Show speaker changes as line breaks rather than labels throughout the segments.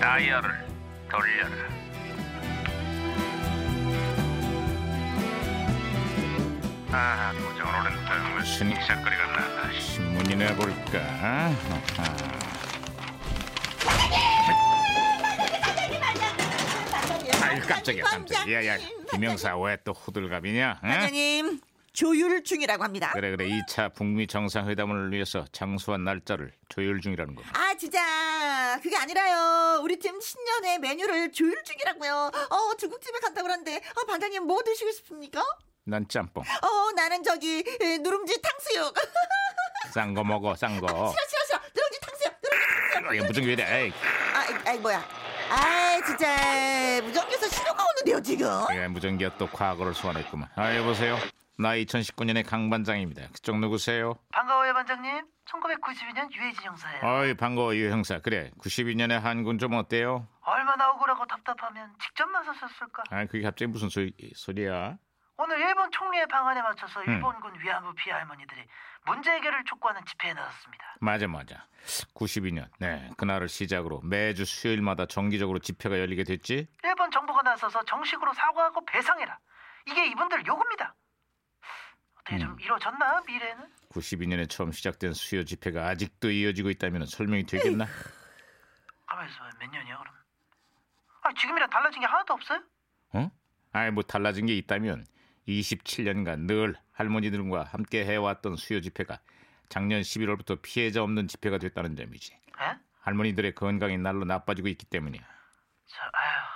다이얼을 돌려라. 아, 도정으로는 또 무슨 이삭거리가 나.
신문이나 볼까? 어? 아하. 아유 깜짝이야 깜짝이야 야 김영사 왜 또 호들갑이냐? 응?
아, 반장님 조율 중이라고 합니다.
그래 그래 2차 북미 정상회담을 위해서 장수한 날짜를 조율 중이라는 거.
아 진짜 그게 아니라요. 우리 팀 신년회 메뉴를 조율 중이라고요. 어 중국집에 간다 그러는데 어, 반장님 뭐 드시고 싶습니까?
난 짬뽕.
어 나는 저기 에, 누룽지 탕수육.
싼 거 먹어 싼 거.
싫어 싫어 싫어 누룽지 탕수육 누룽지 탕수육.
야 무슨 왜 이래? 에이.
아, 아이 뭐야? 아 진짜 무전기에서 신호가 오는데요 지금.
예, 무전기가 또 과거를 소환했구만. 아 여보세요. 나 2019년의 강 반장입니다. 그쪽 누구세요?
반가워요 반장님. 1992년 유해진 형사예요.
어이 반가워 유 형사. 그래 92년에 한군 좀 어때요?
얼마나 억울하고 답답하면 직접 나섰었을까.
아 그게 갑자기 무슨 소, 소리야?
오늘 일본 총리의 방안에 맞춰서
음.
일본군 위안부 피해 할머니들이 문제 해결을 촉구하는 집회에 나섰습니다.
맞아 맞아. 92년. 네 그날을 시작으로 매주 수요일마다 정기적으로 집회가 열리게 됐지.
일본 정부가 나서서 정식으로 사과하고 배상해라. 이게 이분들 요구입니다. 어떻게 좀 이루어졌나 미래는?
92년에 처음 시작된 수요 집회가 아직도 이어지고 있다면 설명이 되겠나?
가만히 있어 몇 년이야 그럼? 아 지금이랑 달라진 게 하나도 없어요?
어? 아이 뭐 달라진 게 있다면 27년간 늘 할머니들과 함께 해왔던 수요 집회가 작년 11월부터 피해자 없는 집회가 됐다는 점이지.
에?
할머니들의 건강이 날로 나빠지고 있기 때문이야.
저 아휴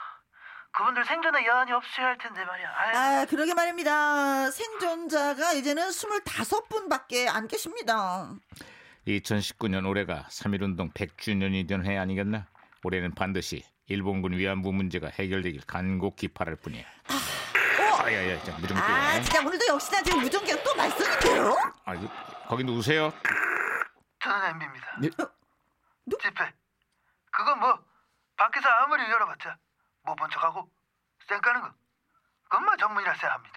그분들 생존에 여한이 없어야 할 텐데 말이야. 아휴.
아 그러게 말입니다. 생존자가 이제는 25분밖에 안 계십니다.
2019년 올해가 3.1운동 100주년이 된 해 아니겠나? 올해는 반드시 일본군 위안부 문제가 해결되길 간곡히 바랄 뿐이야.
어,
아야야, 자, 무전기.
아 진짜 오늘도 역시나 지금 무전기가 또 말썽인데요?
아, 이거, 거기 누구세요?
저는 엠비입니다.
예.
누-
집회. 그건 뭐 밖에서 아무리 열어봤자 못 본 척하고 쌩까는 거. 그것만 전문이라 생각합니다.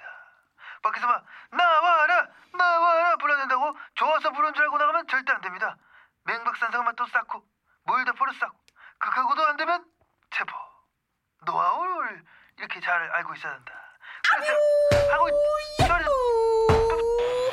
밖에서 막 나와라 나와라 불러야 된다고 좋아서 부른 줄 알고 나가면 절대 안 됩니다. 맹박산성만 또 쌓고 물대포를 쌓고 그하고도 안 되면 체포 노하우를 이렇게 잘 알고 있어야 된다. 그래서 하고 저를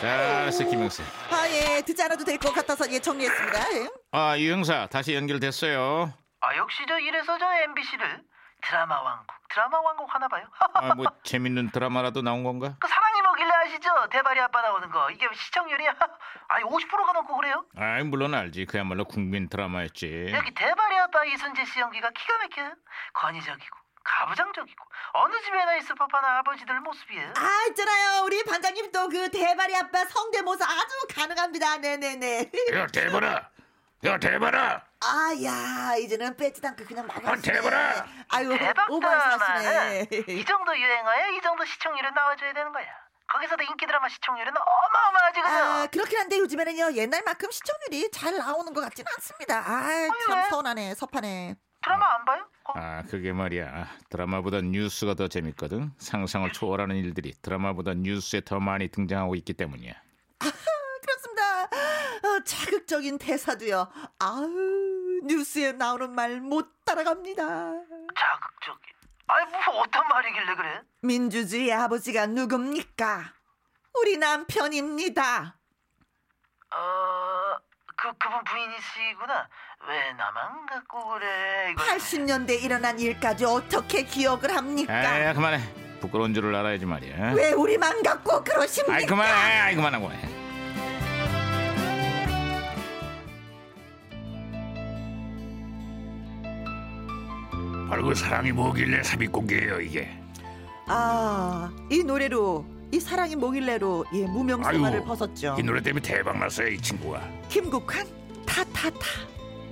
자, 스키명스.
아예 듣지 않아도 될 것 같아서 예 정리했습니다. 예.
아, 유 형사 다시 연결됐어요.
아 역시 저 이래서 저 MBC를 드라마 왕국 드라마 왕국 하나 봐요.
아, 뭐 재밌는 드라마라도 나온 건가?
그 사랑이 뭐길래 아시죠? 대발이 아빠 나오는 거 이게 시청률이 아니 50%가 넘고 그래요?
아, 물론 알지. 그야말로 국민 드라마였지.
여기 대발이 아빠 이순재 씨 연기가 기가 막혀요. 건의적이고 가부장적이고 어느 집에나 있을 법한 아버지들 모습이에요.
아 있잖아요 우리 반장님 또 그 대발이 아빠 성대모사 아주 가능합니다. 네네네.
야, 대봐라. 야, 대봐라.
아야 이제는 빼지도 않고 그냥 막. 하시네.
어, 대박아!
아유
대박
그 오버하시네.
드라마는 이 정도 유행어에 이 정도 시청률은 나와줘야 되는 거야. 거기서도 인기 드라마 시청률은 어마어마하지 그죠?
아 그렇긴 한데 요즘에는요 옛날만큼 시청률이 잘 나오는 것 같지는 않습니다. 아 참
왜?
서운하네 서판에.
드라마 안 봐요? 어,
아, 그게 말이야. 드라마보다 뉴스가 더 재밌거든. 상상을 초월하는 일들이 드라마보다 뉴스에 더 많이 등장하고 있기 때문이야.
그렇습니다. 어, 자극적인 대사도요. 아우 뉴스에 나오는 말 못 따라갑니다.
자극적이. 아니 뭐 어떤 말이길래 그래?
민주주의 아버지가 누굽니까? 우리 남편입니다.
어, 그 그분 부인이시구나. 왜 나만 갖고 그래? 이거.
80년대 일어난 일까지 어떻게 기억을
아,
합니까?
야, 그만해. 부끄러운 줄을 알아야지 말이야.
왜 우리만 갖고 그러십니까?
아이, 그만해. 아이, 그만하고 해.
바로 그 사랑이 뭐길래 삽입공개예요 이게.
아, 이 노래로 이 사랑이 뭐길래로 예, 무명 생활을
아유,
벗었죠.
이 노래 때문에 대박 났어요 이 친구가.
김국환 타타타.